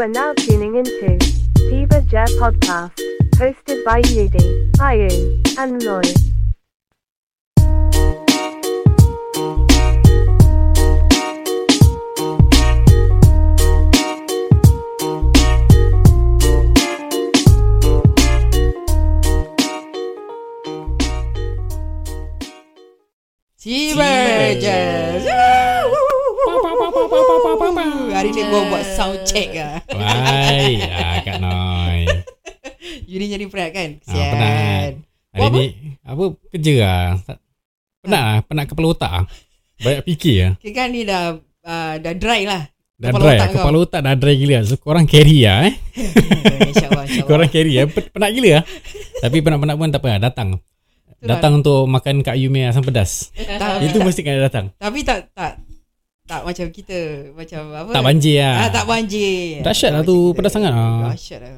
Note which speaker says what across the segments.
Speaker 1: are now tuning into Tiba Jer podcast, hosted by Yudi, Ayun, and Loy.
Speaker 2: Tiba je. Hari ni gua buat sound check ah.
Speaker 3: Wai, ah, Kak Noi.
Speaker 2: Yuri jadi penat kan?
Speaker 3: Ah, penat. Hari
Speaker 2: Buat
Speaker 3: ni apa kerja ah? Tak- Penat ah, penat kepala otak ah. Banyak fikir ah.
Speaker 2: Kira kan ni dah uh, dah dry lah.
Speaker 3: Dah
Speaker 2: Kepala
Speaker 3: dry,
Speaker 2: otak
Speaker 3: otak
Speaker 2: kau. Oh,
Speaker 3: kepala otak dah dry gila. So korang carry ah eh.
Speaker 2: InsyaAllah. insyaAllah.
Speaker 3: Korang carry ah. Pen- Penat gila ah. Tapi penat-penat pun tak apa ah, datang. Datang untuk makan Kak Yumi asam pedas.
Speaker 2: Tak, Eh, tak,
Speaker 3: Itu mesti kena datang.
Speaker 2: Tapi tak, tak. Tak macam kita. Macam apa.
Speaker 3: Tak banjir
Speaker 2: Ah,
Speaker 3: ah.
Speaker 2: tak banjir.
Speaker 3: Dahsyat lah
Speaker 2: Tak
Speaker 3: tu,
Speaker 2: macam kita.
Speaker 3: pedas sangat ah.
Speaker 2: Dahsyat lah.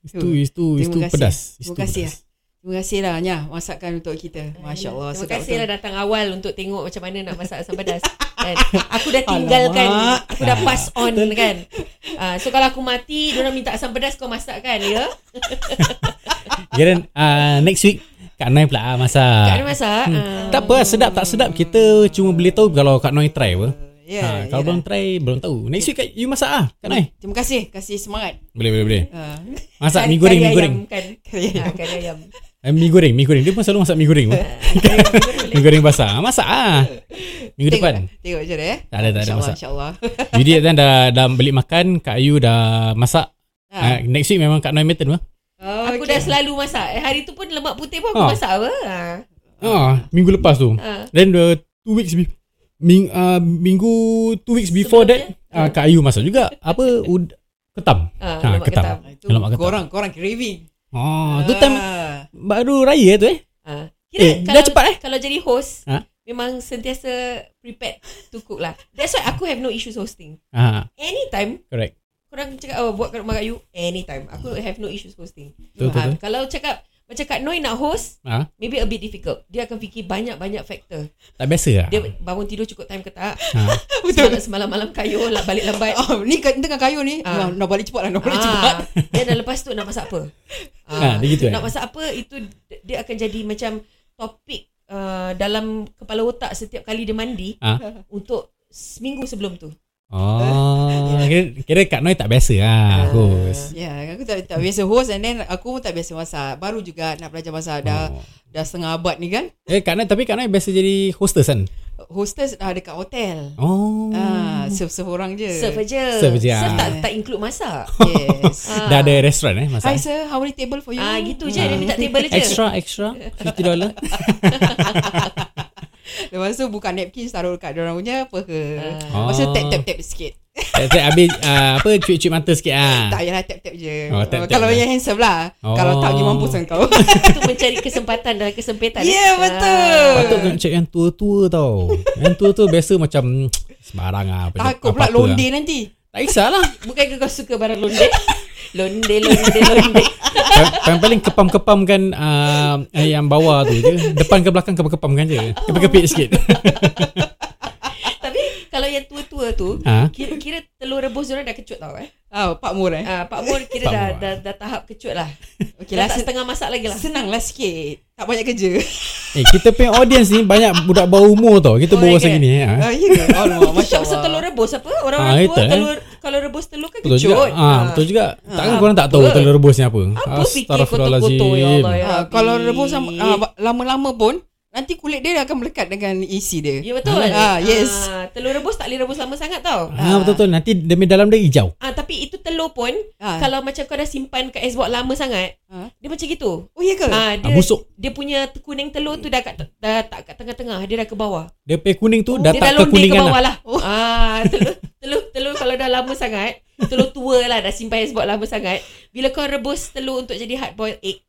Speaker 3: Itu itu
Speaker 2: Terima
Speaker 3: itu
Speaker 2: kasih.
Speaker 3: pedas.
Speaker 2: Terima
Speaker 3: Itu
Speaker 2: kasih
Speaker 3: pedas.
Speaker 2: Terima kasih lah Nya masakan untuk kita. Masya Allah.
Speaker 4: Terima
Speaker 2: sedap
Speaker 4: kasih
Speaker 2: betul.
Speaker 4: lah datang awal untuk tengok macam mana nak masak asam pedas. kan? Aku dah tinggalkan,
Speaker 2: Alamak.
Speaker 4: aku dah pass on kan. Ah, so kalau aku mati, diorang minta asam pedas kau masakkan ya.
Speaker 3: Karen, ah, next week Kak Noi pula ah, masak.
Speaker 4: Kak ada masak.
Speaker 2: Hmm.
Speaker 4: Ah.
Speaker 3: Tak apa sedap tak sedap kita cuma boleh tahu kalau Kak Noi try apa.
Speaker 2: Ya,
Speaker 3: Ha,
Speaker 2: ya.
Speaker 3: kalau belum try belum tahu. Next week Kak you masak ah Kak Noi.
Speaker 2: Terima kasih. Kasih semangat.
Speaker 3: Boleh boleh boleh.
Speaker 2: Ah.
Speaker 3: Masak
Speaker 4: Kari-
Speaker 3: mi goreng
Speaker 4: kari
Speaker 3: mi
Speaker 4: ayam
Speaker 3: goreng.
Speaker 4: Kan?
Speaker 2: Kari ayam.
Speaker 4: Ah, kari ayam.
Speaker 3: Eh, mi goreng mi goreng. Dia pun selalu masak mi goreng. mi goreng basah. Ah, Masak ah. Minggu
Speaker 2: Tengok,
Speaker 3: depan.
Speaker 2: Tengok macam mana eh.
Speaker 3: Tak ada tak ada
Speaker 2: InsyaAllah.
Speaker 3: masak.
Speaker 2: InsyaAllah.
Speaker 3: Yudi dan dah dah beli makan, Kak Yu dah masak.
Speaker 2: Ah.
Speaker 3: Ah, next week memang Kak Noi ah. meten apa?
Speaker 4: Aku dah selalu masak. Eh, Hari tu pun lemak putih pun aku
Speaker 3: Ah.
Speaker 4: masak apa. Ah.
Speaker 3: Ah, minggu lepas tu.
Speaker 4: Ah.
Speaker 3: Then the two weeks be- ming, ah, minggu two weeks before that
Speaker 4: Sebelum
Speaker 3: ah, Kak Yu masak juga apa ud ketam.
Speaker 4: Ah,
Speaker 3: Ah,
Speaker 4: lemak
Speaker 3: ketam.
Speaker 4: ketam.
Speaker 2: Itu
Speaker 3: Alamak, kata.
Speaker 2: korang, korang craving.
Speaker 3: Oh, tu time
Speaker 2: Ah.
Speaker 3: baru raya tu eh.
Speaker 4: Ah.
Speaker 3: Eh,
Speaker 4: Kira
Speaker 3: dah
Speaker 4: kalau,
Speaker 3: cepat, eh?
Speaker 4: Kalau jadi host,
Speaker 3: Ah.
Speaker 4: memang sentiasa prepared to cook lah. That's why aku have no issues hosting.
Speaker 3: Ah,
Speaker 4: Anytime
Speaker 3: correct.
Speaker 4: korang cakap oh, buat kat rumah kat you anytime. Aku have no issues hosting.
Speaker 3: Betul, betul,
Speaker 4: Ah,
Speaker 3: betul.
Speaker 4: Kalau cakap macam Kak Noi nak host,
Speaker 3: Ah,
Speaker 4: maybe a bit difficult. Dia akan fikir banyak-banyak faktor.
Speaker 3: tak biasa lah.
Speaker 4: Dia bangun tidur cukup time ke tak?
Speaker 3: Ah.
Speaker 4: Betul. Semalam, semalam malam kayu lah balik lambat.
Speaker 2: Oh, ni kat- tengah kayu ni. Ah.
Speaker 4: Ah.
Speaker 2: Nak balik cepat lah. Nak balik cepat.
Speaker 4: Ah, Then dah lepas tu nak masak apa?
Speaker 3: Ah,
Speaker 4: Ah,
Speaker 3: dia gitu, eh?
Speaker 4: Nak masak apa itu dia akan jadi macam topik uh, dalam kepala otak setiap kali dia mandi
Speaker 3: Ah.
Speaker 4: untuk seminggu sebelum tu.
Speaker 3: Oh, kira, kira Kak Noi tak biasa
Speaker 2: Ah,
Speaker 3: lah host.
Speaker 2: Ya, aku tak, tak biasa host and then aku pun tak biasa masak. Baru juga nak belajar masak. Dah,
Speaker 3: Oh.
Speaker 2: dah setengah abad ni kan.
Speaker 3: Eh, Kak Noi, tapi Kak Noi biasa jadi hostess kan?
Speaker 2: Hostess dah dekat hotel.
Speaker 3: Oh.
Speaker 2: Ah, serve-serve orang je.
Speaker 4: Hmm. Serve aja.
Speaker 3: Serve je, ah.
Speaker 4: tak tak include masak.
Speaker 2: Yes.
Speaker 4: Ah.
Speaker 3: Dah ada restoran eh
Speaker 2: Hi
Speaker 3: masak.
Speaker 2: sir, how many table for you?
Speaker 4: Ah gitu je dia minta table je.
Speaker 3: Extra, extra. $50. dollar.
Speaker 2: Lepas tu buka napkin taruh dekat orang punya apa ke.
Speaker 3: Ah.
Speaker 2: Lepas tu tap tap tap sikit.
Speaker 3: tak, tak, habis ah, apa, cuit-cuit mata
Speaker 2: Tak
Speaker 3: sikit ah.
Speaker 2: payahlah tap tap je.
Speaker 3: Oh, tap-tap
Speaker 2: Kalau
Speaker 3: je.
Speaker 2: yang handsome lah.
Speaker 3: Oh.
Speaker 2: Kalau tak pergi mampus kan kau.
Speaker 4: Itu mencari kesempatan dalam kesempitan. Ah.
Speaker 2: Ya, yeah, betul.
Speaker 3: Patut nak cek yang tua-tua tau. Yang tua-tua biasa macam sembarang lah. apa-
Speaker 2: Takut pula
Speaker 3: apa-apa
Speaker 2: londe
Speaker 3: lah.
Speaker 2: nanti.
Speaker 3: Tak kisahlah.
Speaker 4: Bukan kau suka barang londe? Londe, londe, londe.
Speaker 3: Yang paling kepam-kepamkan ah, eh, yang bawah tu je. Depan ke belakang kepam-kepamkan je. Kepit-kepit sikit.
Speaker 4: Tapi kalau yang tua-tua tu,
Speaker 3: Ah.
Speaker 4: kira, kira telur rebus orang dah kecut tau eh.
Speaker 2: Ah, Pak Mur eh.
Speaker 4: Ah, Pak Mul kira
Speaker 3: Pak
Speaker 4: dah,
Speaker 3: Mul.
Speaker 4: dah, dah, tahap kecut lah.
Speaker 2: Okey lah.
Speaker 4: dah tak
Speaker 2: sen-
Speaker 4: setengah masak lagi lah.
Speaker 2: Senanglah sikit. Tak banyak kerja.
Speaker 3: Eh, kita punya audience ni banyak budak bawah umur tau. Kita
Speaker 4: Oh,
Speaker 3: bawa
Speaker 4: ya ke?
Speaker 3: segini. eh. Ha?
Speaker 2: Ah, ya ke? Allah, Masya
Speaker 4: Syok so
Speaker 2: Allah.
Speaker 4: telur rebus apa?
Speaker 3: Ah,
Speaker 4: Orang-orang
Speaker 3: itu,
Speaker 4: tua
Speaker 3: eh.
Speaker 4: telur, kalau rebus telur kan
Speaker 3: Betul juga.
Speaker 4: kecut.
Speaker 3: Ah, ha, betul juga. Takkan korang tak tahu
Speaker 4: apa?
Speaker 3: telur rebus ni apa? Ah,
Speaker 4: Apa fikir kotor-kotor ya Allah ya
Speaker 2: Ah,
Speaker 4: Rabbi.
Speaker 2: kalau rebus sama, ah, ba- lama-lama pun, nanti kulit dia akan melekat dengan isi dia.
Speaker 4: Ya betul.
Speaker 2: Ah, yes.
Speaker 4: Ah, telur rebus tak boleh rebus lama sangat tau.
Speaker 3: Ah, betul betul. Nanti demi dalam dia hijau.
Speaker 4: Ah, tapi itu telur pun
Speaker 2: Ah.
Speaker 4: kalau macam kau dah simpan kat es box lama sangat,
Speaker 2: Ah.
Speaker 4: dia macam gitu.
Speaker 2: Oh, ya ke?
Speaker 4: Ah,
Speaker 3: Ah,
Speaker 4: dia,
Speaker 3: busuk.
Speaker 4: dia punya te- kuning telur tu dah kat dah tak kat tengah-tengah, dia dah ke bawah.
Speaker 3: Dia punya kuning tu Oh, dah
Speaker 4: Oh, dia
Speaker 3: tak
Speaker 4: dah londe ke
Speaker 3: kekuningan
Speaker 4: bawah
Speaker 3: lah.
Speaker 4: lah. Ah, telur telur telur kalau dah lama sangat, telur tua lah dah simpan sebab lama sangat. Bila kau rebus telur untuk jadi hard boiled egg,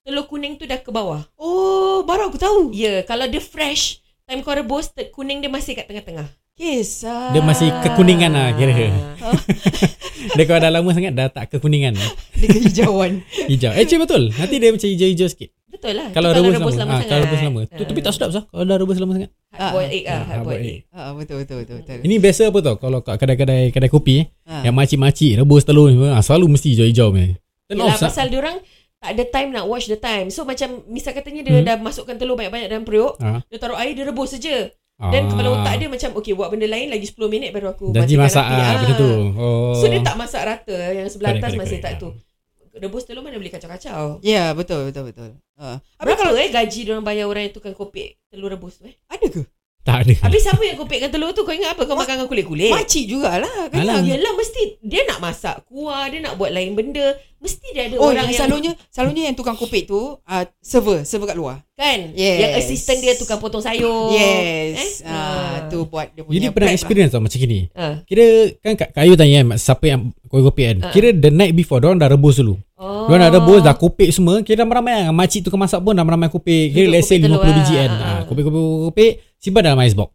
Speaker 4: telur kuning tu dah ke bawah.
Speaker 2: Oh, baru aku tahu.
Speaker 4: Ya, yeah, kalau dia fresh, time kau rebus te- kuning dia masih kat tengah-tengah. lah.
Speaker 2: Kisah.
Speaker 3: Dia masih kekuningan lah kira.
Speaker 4: Ah.
Speaker 3: dia kalau dah lama sangat dah tak kekuningan. lah. Eh,
Speaker 2: Dia kehijauan.
Speaker 3: Hijau. Actually betul. Nanti dia macam hijau-hijau sikit.
Speaker 4: Betul lah.
Speaker 3: Kalau
Speaker 4: Tu
Speaker 3: rebus, rebus lama, ha,
Speaker 4: lama sangat. Ah, Eh.
Speaker 3: kalau rebus lama. Tu tapi tak sedap sah kalau dah rebus lama sangat.
Speaker 4: Hard boiled egg lah.
Speaker 3: Ah,
Speaker 4: Hard boiled egg.
Speaker 2: Ah, betul betul betul. betul.
Speaker 3: Ini biasa apa tau kalau kat kedai-kedai kedai kopi eh,
Speaker 2: Ah.
Speaker 3: yang makcik-makcik rebus telur ni ha, selalu mesti hijau-hijau ni. Turn
Speaker 4: Yelah
Speaker 3: off sah.
Speaker 4: pasal diorang tak ada time nak watch the time. So macam misal katanya dia
Speaker 3: Hmm.
Speaker 4: dah masukkan telur banyak-banyak dalam periuk.
Speaker 3: Ah.
Speaker 4: Dia taruh air, dia rebus saja. Dan kalau otak dia macam okay buat benda lain lagi 10 minit baru aku
Speaker 3: janji
Speaker 4: matikan
Speaker 3: masak
Speaker 4: api.
Speaker 3: ah
Speaker 4: Ah.
Speaker 3: benda tu. Oh.
Speaker 4: So dia tak masak rata Yang sebelah
Speaker 3: Correct,
Speaker 4: atas
Speaker 3: correct,
Speaker 4: masih
Speaker 3: correct,
Speaker 4: tak tu Rebus telur mana boleh kacau-kacau
Speaker 2: Ya, betul betul betul. Ah.
Speaker 4: Berapa kalau eh gaji diorang bayar orang yang tukang kopek telur rebus tu eh
Speaker 2: Ada ke?
Speaker 3: tak ada.
Speaker 4: Habis siapa yang kopekkan telur tu Kau ingat apa Kau makan dengan kulit-kulit
Speaker 2: Makcik jugalah kan.
Speaker 3: Alah.
Speaker 4: Yelah, yelah mesti Dia nak masak kuah Dia nak buat lain benda Mesti dia ada
Speaker 2: Oh, yang
Speaker 4: orang yang
Speaker 2: selalunya selalunya yang tukang kopek tu ah server, server kat luar.
Speaker 4: Kan
Speaker 2: Yes.
Speaker 4: Yang assistant dia tukang potong sayur
Speaker 2: Yes.
Speaker 4: eh?
Speaker 2: Ah, tu buat dia punya.
Speaker 3: Jadi pernah
Speaker 2: prep
Speaker 3: experience tau macam gini.
Speaker 4: Ah.
Speaker 3: Kira kan Kak Kak Ayu tanya kan siapa yang kopi-kopi kan.
Speaker 4: Ah.
Speaker 3: Kira the night before diorang dah rebus dulu.
Speaker 4: Oh.
Speaker 3: Diorang dah rebus dah kopek semua. Kira ramai-ramai kan. Makcik tu masak pun dah ramai kopek. Kira
Speaker 4: Duduk
Speaker 3: let's say
Speaker 4: kopek
Speaker 3: 50
Speaker 4: telur lah.
Speaker 3: biji kan.
Speaker 4: Ah.
Speaker 3: Ah, Kopek-kopek-kopek simpan dalam icebox.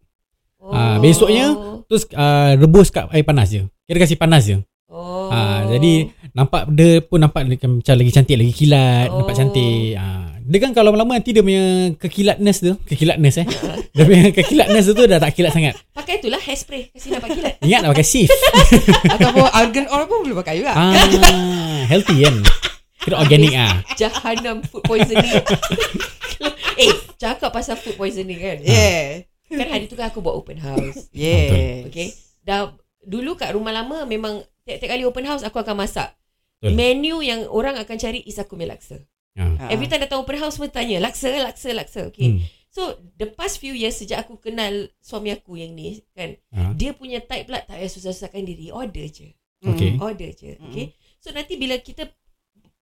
Speaker 4: Oh.
Speaker 3: Ah, besoknya, Terus ah, rebus kat air panas je. Kira kasi panas je.
Speaker 4: oh.
Speaker 3: Ah, jadi nampak dia pun nampak dia macam lagi cantik lagi kilat, oh. nampak
Speaker 4: Oh.
Speaker 3: cantik. Ah, dia kan kalau lama nanti dia punya kekilatness tu, kekilatness eh. dia punya kekilatness tu dah tak kilat sangat.
Speaker 4: Pakai itulah hairspray Kasi nampak kilat
Speaker 3: Ingat nak pakai shift.
Speaker 2: Ataupun argan oil pun boleh lah. pakai juga.
Speaker 3: ah, healthy kan. Kira organik ah.
Speaker 4: Jahanam food poisoning Eh Cakap pasal food poisoning kan
Speaker 2: Yeah.
Speaker 4: Kan hari tu kan aku buat open
Speaker 3: Ah.
Speaker 4: house
Speaker 2: Yeah.
Speaker 4: Okay Dah Dulu kat rumah lama Memang Tiap-tiap kali open house Aku akan masak
Speaker 3: Betul.
Speaker 4: Menu yang orang akan cari Is aku punya laksa
Speaker 3: Ah.
Speaker 2: Ah.
Speaker 4: Every time datang open house Semua tanya Laksa Laksa Laksa Okay hmm.
Speaker 3: Hmm.
Speaker 4: So the past few years Sejak aku kenal Suami aku yang ni Kan
Speaker 3: Ah.
Speaker 4: Dia punya type pula Tak payah susah-susahkan diri Order je
Speaker 2: Mm.
Speaker 3: Okay.
Speaker 4: Order je
Speaker 2: Mm.
Speaker 4: Okay So nanti bila kita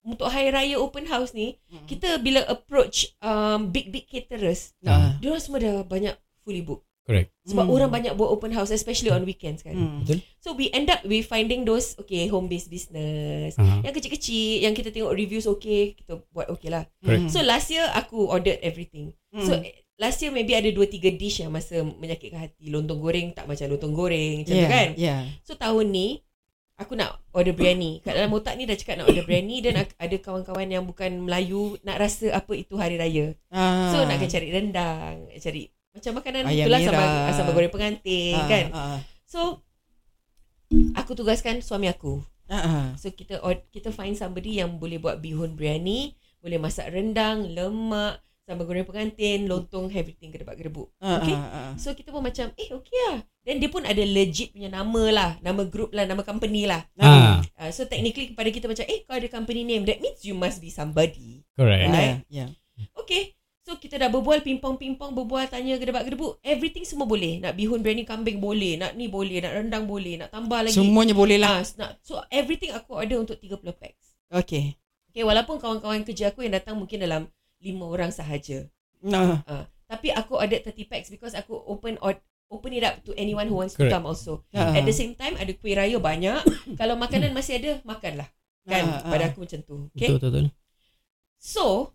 Speaker 4: Untuk hari raya open house ni
Speaker 2: Mm.
Speaker 4: Kita bila approach um, Big big caterers
Speaker 2: Ah.
Speaker 4: Diorang semua dah banyak Fully book
Speaker 3: Correct.
Speaker 4: Sebab
Speaker 2: Mm.
Speaker 4: orang banyak buat open house Especially on weekends kan
Speaker 2: Mm.
Speaker 3: Betul?
Speaker 4: So we end up We finding those Okay home based business
Speaker 3: Ah.
Speaker 4: Yang kecil-kecil Yang kita tengok reviews okay Kita buat okay lah
Speaker 2: Mm.
Speaker 3: Correct.
Speaker 4: So last year Aku ordered everything So
Speaker 2: Mm.
Speaker 4: eh, last year maybe ada 2-3 dish yang masa menyakitkan hati. Lontong goreng tak macam lontong goreng macam
Speaker 2: yeah.
Speaker 4: tu kan.
Speaker 2: Yeah.
Speaker 4: So tahun ni aku nak order biryani. Kat dalam otak ni dah cakap nak order biryani dan ak- ada kawan-kawan yang bukan Melayu nak rasa apa itu hari raya.
Speaker 2: Ah.
Speaker 4: So nak kena cari rendang, nak cari macam makanan
Speaker 2: Ayam
Speaker 4: itulah sama
Speaker 2: merah.
Speaker 4: sambal goreng pengantin
Speaker 2: Ah,
Speaker 4: kan.
Speaker 2: ah,
Speaker 4: So aku tugaskan suami aku.
Speaker 2: ah, ah.
Speaker 4: So kita or- kita find somebody yang boleh buat bihun biryani, boleh masak rendang, lemak, sambal goreng pengantin, lontong, everything gedebak-gedebuk.
Speaker 2: Ah,
Speaker 4: Okay.
Speaker 2: ah, ah.
Speaker 4: So kita pun macam Eh okay lah Then dia pun ada legit punya nama lah Nama group lah Nama company lah
Speaker 3: Ah,
Speaker 4: uh, So technically kepada kita macam Eh kau ada company name That means you must be somebody
Speaker 3: correct.
Speaker 4: Right.
Speaker 2: Yeah.
Speaker 4: Okay So kita dah berbual Pingpong-pingpong Berbual tanya gedebak-gedebuk Everything semua boleh Nak bihun biryani kambing boleh Nak ni boleh Nak rendang boleh Nak tambah
Speaker 2: yeah.
Speaker 4: lagi
Speaker 2: Semuanya boleh lah.
Speaker 4: Ah, nak, So everything aku order untuk 30 packs
Speaker 2: Okay.
Speaker 4: Okay walaupun kawan-kawan kerja aku Yang datang mungkin dalam 5 orang sahaja
Speaker 2: Nah.
Speaker 4: Tapi aku order 30 packs because aku open or, open it up to anyone who wants
Speaker 3: Correct.
Speaker 4: to come also.
Speaker 2: Ah.
Speaker 4: At the same time ada kuih raya banyak. Kalau makanan masih ada makanlah. Kan
Speaker 2: Ah, ah.
Speaker 4: pada aku macam tu. Okay.
Speaker 3: Betul betul. betul.
Speaker 4: So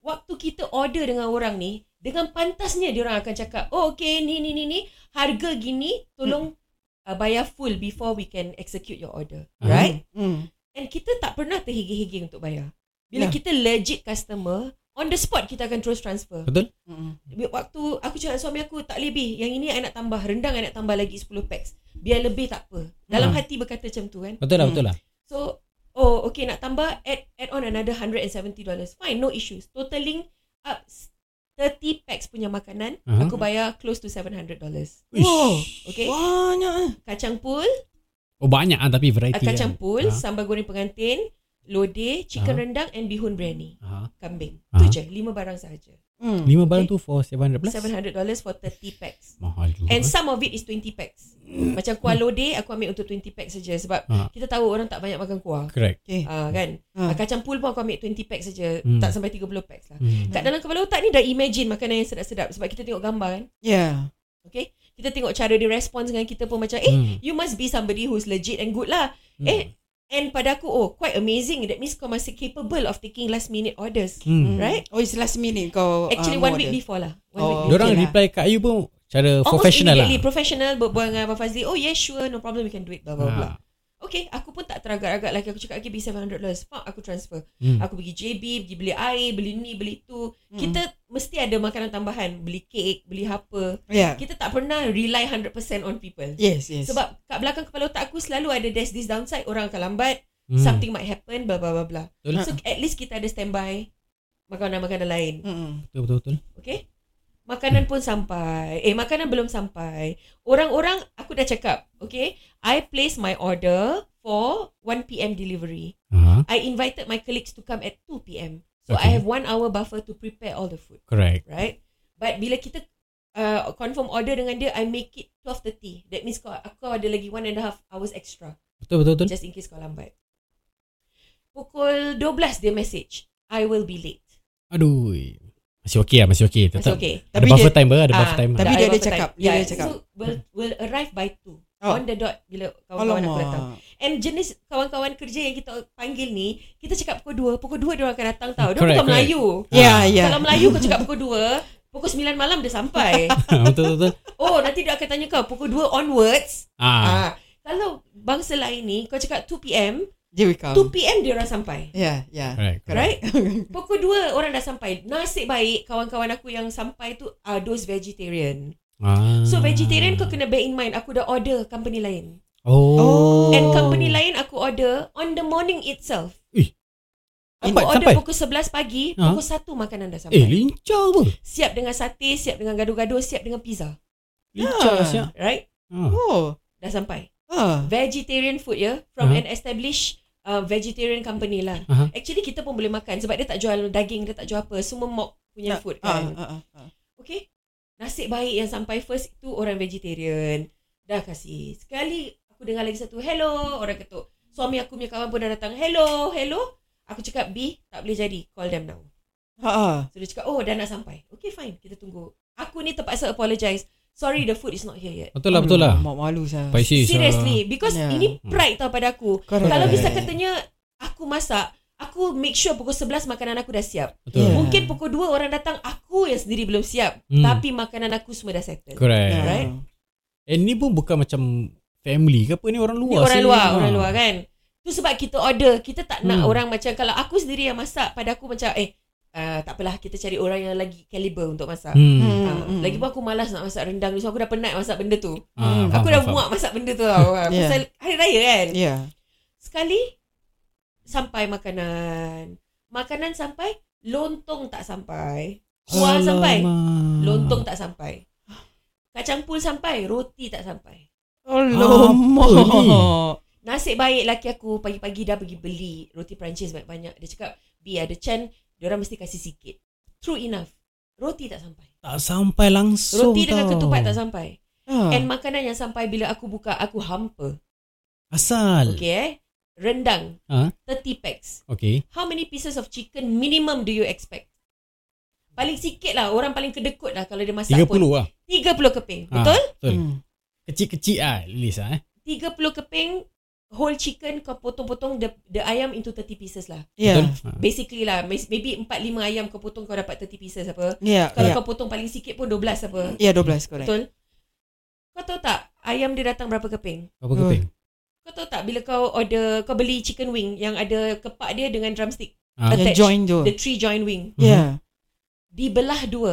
Speaker 4: waktu kita order dengan orang ni dengan pantasnya dia orang akan cakap, "Oh okay ni ni ni ni harga gini tolong uh, bayar full before we can execute your order."
Speaker 3: Hmm. Ah.
Speaker 4: Right?
Speaker 2: Mm.
Speaker 4: And Eh, kita tak pernah terhigi-higi untuk bayar. Bila
Speaker 2: Yeah.
Speaker 4: kita legit customer, on the spot kita akan terus transfer.
Speaker 3: Betul?
Speaker 2: Mm.
Speaker 4: Waktu aku cakap dengan suami aku Tak lebih Yang ini I nak tambah Rendang I nak tambah lagi 10 packs Biar lebih tak apa Dalam
Speaker 3: Ha.
Speaker 4: hati berkata macam tu kan
Speaker 3: Betul lah
Speaker 2: Hmm.
Speaker 3: betul lah.
Speaker 4: So Oh okay nak tambah Add add on another $170 Fine no issues Totaling up s- 30 packs punya makanan
Speaker 3: Aha.
Speaker 4: Hmm. Aku Oh. bayar close to $700
Speaker 3: Ah. Uish.
Speaker 2: Wow.
Speaker 4: Okay
Speaker 2: Banyak. ah.
Speaker 4: Kacang pul
Speaker 3: Oh banyak ah tapi
Speaker 4: uh,
Speaker 3: variety.
Speaker 4: Kacang
Speaker 3: Ah.
Speaker 4: pul Sambal goreng pengantin Lodeh Chicken rendang And bihun biryani
Speaker 3: Ah.
Speaker 4: Kambing
Speaker 3: Ha.
Speaker 4: Itu je 5 barang sahaja
Speaker 2: Mm.
Speaker 3: Lima barang tu for 700 plus.
Speaker 4: $700 for 30 packs
Speaker 3: Mahal juga.
Speaker 4: And some of it is 20 packs. Macam kuah lodeh aku ambil untuk 20 packs saja sebab
Speaker 3: Hmm. Ah.
Speaker 4: kita tahu orang tak banyak makan kuah.
Speaker 3: Correct.
Speaker 2: Okay.
Speaker 4: Ah kan.
Speaker 2: Ah.
Speaker 4: Ah, Kacang pul pun aku ambil 20 packs saja,
Speaker 3: Hmm.
Speaker 4: tak sampai 30 packs lah.
Speaker 3: Hmm.
Speaker 4: Kat dalam kepala otak ni dah imagine makanan yang sedap-sedap sebab kita tengok gambar kan.
Speaker 2: Yeah.
Speaker 4: Okay Kita tengok cara dia respons dengan kita pun macam eh
Speaker 3: Hmm.
Speaker 4: you must be somebody who's legit and good lah. Eh and pada aku oh quite amazing that means kau masih capable of taking last minute orders.
Speaker 3: Hmm.
Speaker 4: Right?
Speaker 2: Oh, it's last minute kau.
Speaker 3: Oh,
Speaker 4: Actually
Speaker 2: ah,
Speaker 4: one week
Speaker 2: order.
Speaker 4: before lah.
Speaker 2: Oh.
Speaker 4: One week before.
Speaker 3: Diorang
Speaker 2: Okay lah.
Speaker 3: reply kat you pun cara
Speaker 4: Almost
Speaker 3: professional lah.
Speaker 4: Oh, immediately, Professional berbual dengan Abang Fazli. Oh yes, sure, no problem, we can do it, blah blah blah.
Speaker 3: Ha.
Speaker 4: Okay, aku pun tak teragak-agak lagi. Aku cakap, okay, bagi $700. Pak, aku transfer.
Speaker 3: Hmm.
Speaker 4: Aku pergi JB, pergi beli air, beli ni, beli tu.
Speaker 2: Hmm.
Speaker 4: Kita mesti ada makanan tambahan. Beli kek, beli apa.
Speaker 2: Hmm. Yeah.
Speaker 4: Kita tak pernah rely 100% on people.
Speaker 2: Yes, yes.
Speaker 4: Sebab kat belakang kepala otak aku selalu ada there's this downside. Orang akan lambat.
Speaker 3: Hmm.
Speaker 4: Something might happen, blah, blah, blah, blah.
Speaker 3: Betul.
Speaker 4: So, at least kita ada standby makanan-makanan lain.
Speaker 2: Mm-mm.
Speaker 3: Betul betul. betul.
Speaker 4: Okay Makanan pun sampai Eh makanan belum sampai Orang-orang Aku dah cakap Okay I place my order For 1pm delivery
Speaker 3: Ha,
Speaker 4: I invited my colleagues to come at 2pm So
Speaker 3: Okay.
Speaker 4: I have one hour buffer to prepare all the food
Speaker 3: correct.
Speaker 4: Right But bila kita uh, Confirm order dengan dia I make it 12.30 That means kau, aku ada lagi One and a half hours extra
Speaker 3: Betul betul betul.
Speaker 4: Just in case kau lambat Pukul 12 dia message I will be late
Speaker 3: Aduh. Masih okey lah, masih okey.
Speaker 4: Masih
Speaker 3: Tetap
Speaker 4: okay
Speaker 3: Ada
Speaker 2: Tapi
Speaker 3: buffer
Speaker 2: dia-
Speaker 3: time ber, ada
Speaker 4: Ah,
Speaker 3: buffer time.
Speaker 2: Tapi
Speaker 4: Tak,
Speaker 2: dia
Speaker 4: I
Speaker 2: ada
Speaker 4: buffer
Speaker 2: cakap.
Speaker 4: time.
Speaker 2: Dia ada cakap.
Speaker 4: So will will arrive by 2.
Speaker 2: Oh.
Speaker 4: On the dot bila kawan-kawan aku datang.
Speaker 2: Alamak.
Speaker 4: And jenis kawan-kawan kerja yang kita panggil ni, kita cakap pukul 2, pukul 2 dia orang akan datang tau. Dia
Speaker 3: Correct,
Speaker 4: bukan
Speaker 3: correct.
Speaker 4: Melayu.
Speaker 2: Ya, ya.
Speaker 4: Kalau Melayu kau cakap pukul 2, pukul 9 malam dia sampai.
Speaker 3: betul betul. betul.
Speaker 4: oh, nanti dia akan tanya kau pukul 2 onwards.
Speaker 3: Ah,
Speaker 4: Ah. Kalau bangsa lain ni kau cakap 2 PM,
Speaker 2: Dia will come.
Speaker 4: 2 PM dia orang sampai.
Speaker 2: Ya, ya.
Speaker 3: correct. correct.
Speaker 4: Right? Pukul 2 orang dah sampai. Nasib baik kawan-kawan aku yang sampai tu are those vegetarian.
Speaker 3: Ah.
Speaker 4: So vegetarian kau kena bear in mind Aku dah order company lain
Speaker 3: Oh.
Speaker 4: oh. And company lain aku order On the morning itself
Speaker 3: Ih.
Speaker 4: Aku
Speaker 3: Cepat
Speaker 4: order
Speaker 3: sampai?
Speaker 4: pukul 11 pagi
Speaker 3: Ha?
Speaker 4: Pukul 1 makanan dah sampai
Speaker 3: Eh, lincah pun.
Speaker 4: Siap dengan sate Siap dengan gaduh-gaduh Siap dengan pizza
Speaker 3: Lincah
Speaker 4: Ya.
Speaker 3: lah siap.
Speaker 4: Right
Speaker 3: Ah.
Speaker 2: Oh.
Speaker 4: Dah sampai
Speaker 2: Ah.
Speaker 4: Vegetarian food ya From
Speaker 3: Ha?
Speaker 4: an established uh, Vegetarian company lah
Speaker 3: Aha.
Speaker 4: Actually kita pun boleh makan Sebab dia tak jual daging Dia tak jual apa Semua mock punya food
Speaker 2: Ah,
Speaker 4: kan
Speaker 2: ah, ah, ah.
Speaker 4: Okay. Nasib baik yang sampai first itu orang vegetarian. Dah kasih. Sekali aku dengar lagi satu, hello. Orang ketuk. Suami aku punya kawan pun dah datang, hello, hello. Aku cakap, B, tak boleh jadi. Call them now.
Speaker 2: Ah, ah.
Speaker 4: So dia cakap, oh dah nak sampai. Okay, fine. Kita tunggu. Aku ni terpaksa apologize. Sorry, the food is not here yet.
Speaker 3: Betul lah, betul
Speaker 2: Aduh,
Speaker 3: lah.
Speaker 2: Hmm, Mak malu saya.
Speaker 3: Spicy. so-
Speaker 4: Oh. Seriously. Because
Speaker 2: Yeah.
Speaker 4: ini pride tau pada aku.
Speaker 2: Correct.
Speaker 4: Kalau bisa katanya aku masak, aku make sure pukul 11 makanan aku dah siap.
Speaker 3: Betul.
Speaker 2: Yeah.
Speaker 4: Mungkin pukul 2 orang datang, aku yang sendiri belum siap.
Speaker 3: Hmm.
Speaker 4: Tapi makanan aku semua dah settle.
Speaker 3: Correct.
Speaker 2: Yeah.
Speaker 4: Right?
Speaker 3: And ni pun bukan macam family ke apa ni orang
Speaker 4: Ni
Speaker 3: luar.
Speaker 4: orang
Speaker 3: sini.
Speaker 4: luar,
Speaker 3: Ah.
Speaker 4: orang luar kan. Tu sebab kita order, kita tak nak
Speaker 3: Hmm.
Speaker 4: orang macam kalau aku sendiri yang masak pada aku macam eh uh, tak apalah kita cari orang yang lagi caliber untuk masak. Hmm.
Speaker 3: Hmm.
Speaker 2: Hmm.
Speaker 4: Uh, lagi pun aku malas nak masak rendang ni So aku dah penat masak benda tu
Speaker 3: Ah,
Speaker 4: Aku
Speaker 3: faham,
Speaker 4: dah
Speaker 3: faham.
Speaker 4: muak masak benda tu tau yeah.
Speaker 2: Yeah.
Speaker 4: Pasal hari raya kan
Speaker 2: Yeah.
Speaker 4: Sekali Sampai makanan Makanan sampai Lontong tak sampai Kuah sampai
Speaker 3: Alamak.
Speaker 4: Lontong tak sampai Kacang pul sampai Roti tak sampai
Speaker 2: Alamak.
Speaker 3: Apa ni?
Speaker 2: Ha.
Speaker 4: Nasib baik laki aku pagi-pagi dah pergi beli roti Perancis banyak-banyak. Dia cakap, B ada chance, diorang mesti kasih sikit. True enough. Roti tak sampai.
Speaker 3: Tak sampai langsung
Speaker 4: Roti
Speaker 3: tau.
Speaker 4: dengan ketupat tak sampai.
Speaker 2: Ah.
Speaker 4: And makanan yang sampai bila aku buka, aku hampa.
Speaker 3: Asal.
Speaker 4: Okay eh. Rendang.
Speaker 3: Ah.
Speaker 4: 30 packs.
Speaker 3: Okay.
Speaker 4: How many pieces of chicken minimum do you expect? Paling sikit lah. Orang paling kedekut lah kalau dia masak
Speaker 3: 30
Speaker 4: pun.
Speaker 3: lah.
Speaker 4: 30 keping.
Speaker 3: Ah.
Speaker 4: Betul?
Speaker 3: Betul.
Speaker 2: Hmm.
Speaker 3: Kecil-kecil lah list lah eh.
Speaker 4: 30 keping whole chicken kau potong-potong the, the ayam into 30 pieces lah.
Speaker 2: Yeah.
Speaker 3: Betul? Ah.
Speaker 4: Basically lah mes- Maybe 4-5 ayam kau potong Kau dapat 30 pieces apa
Speaker 2: Yeah.
Speaker 4: Kalau
Speaker 2: yeah.
Speaker 4: kau potong paling sikit pun 12 apa
Speaker 2: Ya, 12 Ya. correct.
Speaker 4: Betul Kau tahu tak Ayam dia datang berapa keping
Speaker 3: Ah, Berapa keping?
Speaker 4: Kau tahu tak Bila kau order Kau beli chicken wing Yang ada kepak dia dengan drumstick
Speaker 3: Ah.
Speaker 2: Yang
Speaker 4: Attached
Speaker 2: join tu.
Speaker 4: The three joint wing
Speaker 2: Yeah.
Speaker 4: Dibelah dua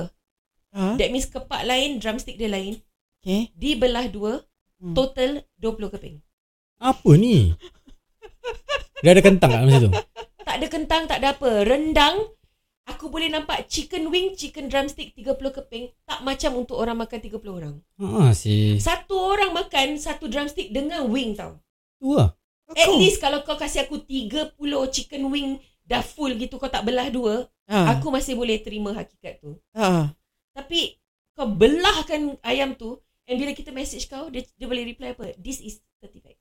Speaker 3: Hmm.
Speaker 2: Ah.
Speaker 4: That means kepak lain Drumstick dia lain
Speaker 2: Okay.
Speaker 4: Dibelah dua
Speaker 2: Hmm.
Speaker 4: Total 20 keping
Speaker 3: Apa ni? Dia ada kentang tak masa tu?
Speaker 4: Tak ada kentang Tak ada apa Rendang Aku boleh nampak chicken wing, chicken drumstick 30 keping tak macam untuk orang makan 30 orang.
Speaker 3: Ah, si
Speaker 4: Satu orang makan satu drumstick dengan wing tau.
Speaker 3: tu lah.
Speaker 2: Oh,
Speaker 4: At least kalau kau kasi aku 30 chicken wing dah full gitu kau tak belah dua,
Speaker 2: Ah.
Speaker 4: aku masih boleh terima hakikat tu.
Speaker 2: Ah.
Speaker 4: Tapi kau belahkan ayam tu and bila kita message kau dia, dia boleh reply apa? This is 30 packs.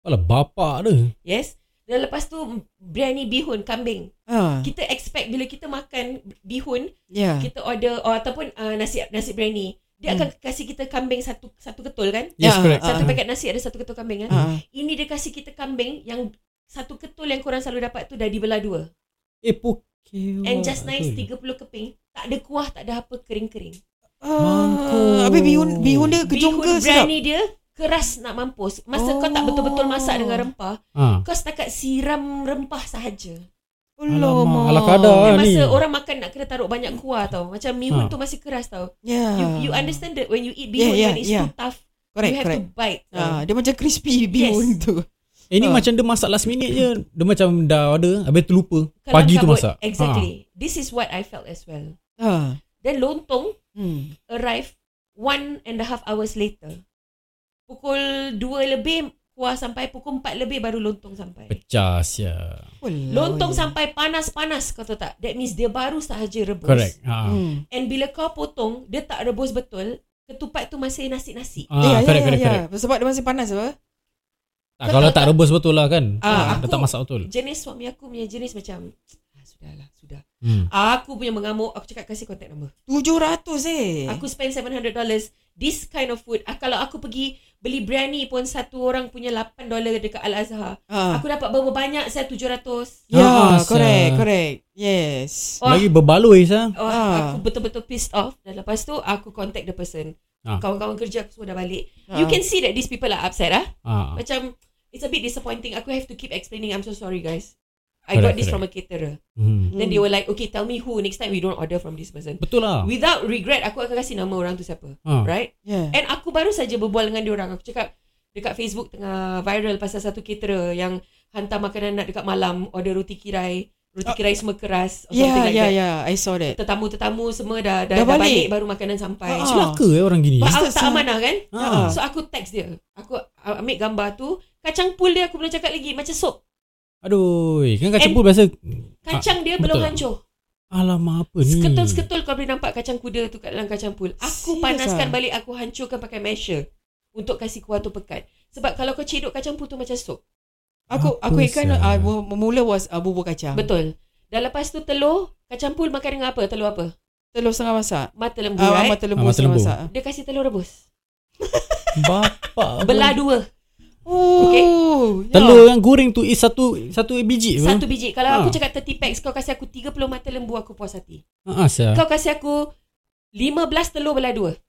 Speaker 3: Alah, lah, bapak dia.
Speaker 4: Yes. Dan lepas tu mm, biryani bihun kambing.
Speaker 2: Ah.
Speaker 4: Kita expect bila kita makan bihun,
Speaker 2: Yeah.
Speaker 4: kita order or, ataupun uh, nasi nasi biryani,
Speaker 2: Hmm.
Speaker 4: dia akan kasih kita kambing satu satu ketul kan?
Speaker 3: Yes,
Speaker 2: Ah,
Speaker 3: correct.
Speaker 2: ah,
Speaker 4: Satu
Speaker 2: ah.
Speaker 4: paket nasi ada satu ketul kambing kan?
Speaker 2: Ah.
Speaker 4: Ini dia kasih kita kambing yang satu ketul yang korang selalu dapat tu dah dibelah dua.
Speaker 2: Oh,
Speaker 3: Eh, pokok.
Speaker 4: And just nice 30 keping. Tak ada kuah, tak ada apa kering-kering.
Speaker 2: Ah. Habis bihun bihun dia kejong ke
Speaker 4: Bihun
Speaker 2: sedap.
Speaker 4: biryani dia keras nak mampus. Masa oh. kau tak
Speaker 2: Oh.
Speaker 4: betul-betul masak dengan rempah,
Speaker 3: Ha.
Speaker 4: kau setakat siram rempah sahaja.
Speaker 3: Alamak, ala kadar
Speaker 4: Dan
Speaker 3: Ah, ni.
Speaker 4: masa orang makan nak kena taruh banyak kuah tau. Macam
Speaker 3: Ha.
Speaker 4: mihun tu masih keras tau.
Speaker 2: Yeah.
Speaker 4: You you understand that when you
Speaker 2: Ah. Yeah,
Speaker 4: eat bihun
Speaker 2: yeah,
Speaker 4: when it's
Speaker 2: yeah.
Speaker 4: too tough,
Speaker 2: Correct,
Speaker 4: you have
Speaker 2: correct.
Speaker 4: to bite.
Speaker 2: Ah, dia macam crispy bihun yes. tu.
Speaker 3: Eh, ni
Speaker 2: Ah.
Speaker 3: macam dia masak last minute je. Dia macam dah order, habis terlupa.
Speaker 4: Kalau
Speaker 3: Pagi tu
Speaker 4: kabut,
Speaker 3: masak.
Speaker 4: Exactly.
Speaker 2: Ah.
Speaker 4: This is what I felt as well.
Speaker 2: Ha.
Speaker 4: Then lontong
Speaker 2: Hmm.
Speaker 4: arrive one and a half hours later. Pukul dua lebih kuah sampai pukul empat lebih baru lontong
Speaker 3: Ha.
Speaker 4: sampai.
Speaker 3: Pecah sia.
Speaker 4: Lontong sampai panas-panas kau tahu tak? That means dia baru sahaja rebus.
Speaker 3: Correct. Ha.
Speaker 2: Hmm.
Speaker 4: And bila kau potong, dia tak rebus betul. Ketupat tu masih
Speaker 2: Eh,
Speaker 4: nasi-nasi.
Speaker 2: ya,
Speaker 3: Ah, yeah,
Speaker 4: ya,
Speaker 3: correct, correct, correct.
Speaker 2: Sebab dia masih panas apa?
Speaker 3: Tak, kalau tak rebus betul lah kan.
Speaker 4: Ah,
Speaker 3: Dia
Speaker 4: aku-
Speaker 3: tak masak betul.
Speaker 4: Jenis suami aku punya jenis macam, ah, sudahlah, sudah.
Speaker 3: Hmm.
Speaker 4: Aku punya mengamuk, aku cakap kasih contact number.
Speaker 2: 700 eh.
Speaker 4: Aku spend $700 This kind of food ah, Kalau aku pergi Beli biryani pun Satu orang punya $8 Dekat Al-Azhar
Speaker 2: ha.
Speaker 4: Aku dapat berapa banyak Saya $700
Speaker 2: Ya, yeah,
Speaker 3: Ah,
Speaker 2: correct,
Speaker 3: sah.
Speaker 2: correct. Yes.
Speaker 4: Wah.
Speaker 3: Lagi berbaloi sah.
Speaker 4: oh,
Speaker 2: Ah.
Speaker 4: Aku betul-betul pissed off Dan lepas tu Aku contact the person
Speaker 3: Ah.
Speaker 4: Kawan-kawan kerja aku semua dah balik You
Speaker 2: Ah.
Speaker 4: can see that These people are upset ah.
Speaker 3: Ah.
Speaker 4: Macam It's a bit disappointing Aku have to keep explaining I'm so sorry guys I
Speaker 3: Correct,
Speaker 4: got this
Speaker 3: correct.
Speaker 4: from a caterer
Speaker 3: Hmm.
Speaker 4: Then they were like Okay tell me who Next time we don't order from this person
Speaker 3: Betul lah.
Speaker 4: Without regret Aku akan kasih nama orang tu siapa
Speaker 3: Ah.
Speaker 4: Right
Speaker 2: Yeah.
Speaker 4: And aku baru saja berbual dengan diorang. Aku cakap dekat Facebook tengah viral pasal satu caterer yang hantar makanan anak dekat malam, order roti kirai, roti
Speaker 2: Ah.
Speaker 4: kirai semua keras. or
Speaker 2: Yeah,
Speaker 4: something like
Speaker 2: yeah,
Speaker 4: that.
Speaker 2: yeah. ya, I saw that.
Speaker 4: Tetamu-tetamu semua dah,
Speaker 2: Dah
Speaker 4: dah, dah,
Speaker 2: balik.
Speaker 4: balik. baru makanan sampai.
Speaker 2: Ah, lah.
Speaker 4: Uh-huh.
Speaker 3: Celaka eh orang gini.
Speaker 2: Ba-
Speaker 4: tak
Speaker 2: Bastard,
Speaker 4: amanah kan?
Speaker 3: Ah.
Speaker 4: So aku text dia. Aku uh, ambil gambar tu. Kacang pul dia aku belum cakap lagi. Macam sop.
Speaker 3: Aduh, kan kacang
Speaker 4: And-
Speaker 3: pun biasa.
Speaker 4: Kacang
Speaker 2: Ah,
Speaker 4: dia belum
Speaker 3: betul.
Speaker 4: hancur.
Speaker 3: Alamak
Speaker 2: Eh.
Speaker 3: apa ni?
Speaker 4: Seketul-seketul kau boleh nampak kacang kuda tu kat dalam kacang pul.
Speaker 2: Serious
Speaker 4: Aku panaskan
Speaker 2: ah?
Speaker 4: balik. Aku hancurkan pakai masher. Untuk kasih kuah tu pekat. Sebab kalau kau cedok kacang pul tu macam sop.
Speaker 2: Aku
Speaker 3: Apa
Speaker 2: aku ikan
Speaker 3: sah?
Speaker 2: uh, mula was uh, bubur kacang.
Speaker 4: Betul. Dan lepas tu telur, kacang pul makan dengan apa? Telur apa?
Speaker 2: Telur setengah masak.
Speaker 4: Mata lembu,
Speaker 2: Ah,
Speaker 4: right?
Speaker 2: mata lembu
Speaker 3: Ah, mata
Speaker 2: setengah
Speaker 3: lembu.
Speaker 2: masak.
Speaker 4: Dia kasih telur rebus.
Speaker 3: Bapak.
Speaker 4: Belah dua.
Speaker 2: Oh.
Speaker 4: Okay.
Speaker 2: ya.
Speaker 3: Telur yang goreng tu is satu satu biji ke?
Speaker 4: Satu biji.
Speaker 3: Ah.
Speaker 4: Kalau aku cakap 30 packs, kau kasih aku 30 mata lembu, aku puas hati.
Speaker 3: Ha ah, sah.
Speaker 4: Kau kasih aku 15 telur belah dua.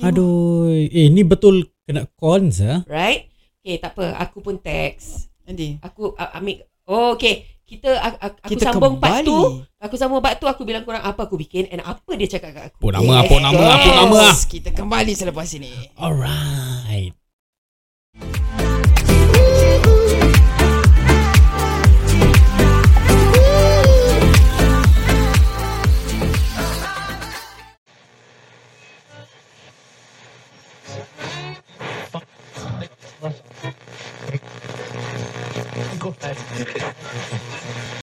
Speaker 3: Aduh, eh ni betul kena cons ah.
Speaker 4: Right? Okay, tak apa. Aku pun text.
Speaker 2: Nanti.
Speaker 4: Aku uh, ambil. Oh, okay. Kita aku, aku
Speaker 2: Kita
Speaker 4: sambung part
Speaker 2: kembali.
Speaker 4: tu. Aku sambung part tu. Aku bilang korang apa aku bikin and apa dia cakap kat aku.
Speaker 3: Apa nama apa nama apa
Speaker 2: Yes,
Speaker 3: nama.
Speaker 2: Kita kembali selepas ini.
Speaker 3: Alright.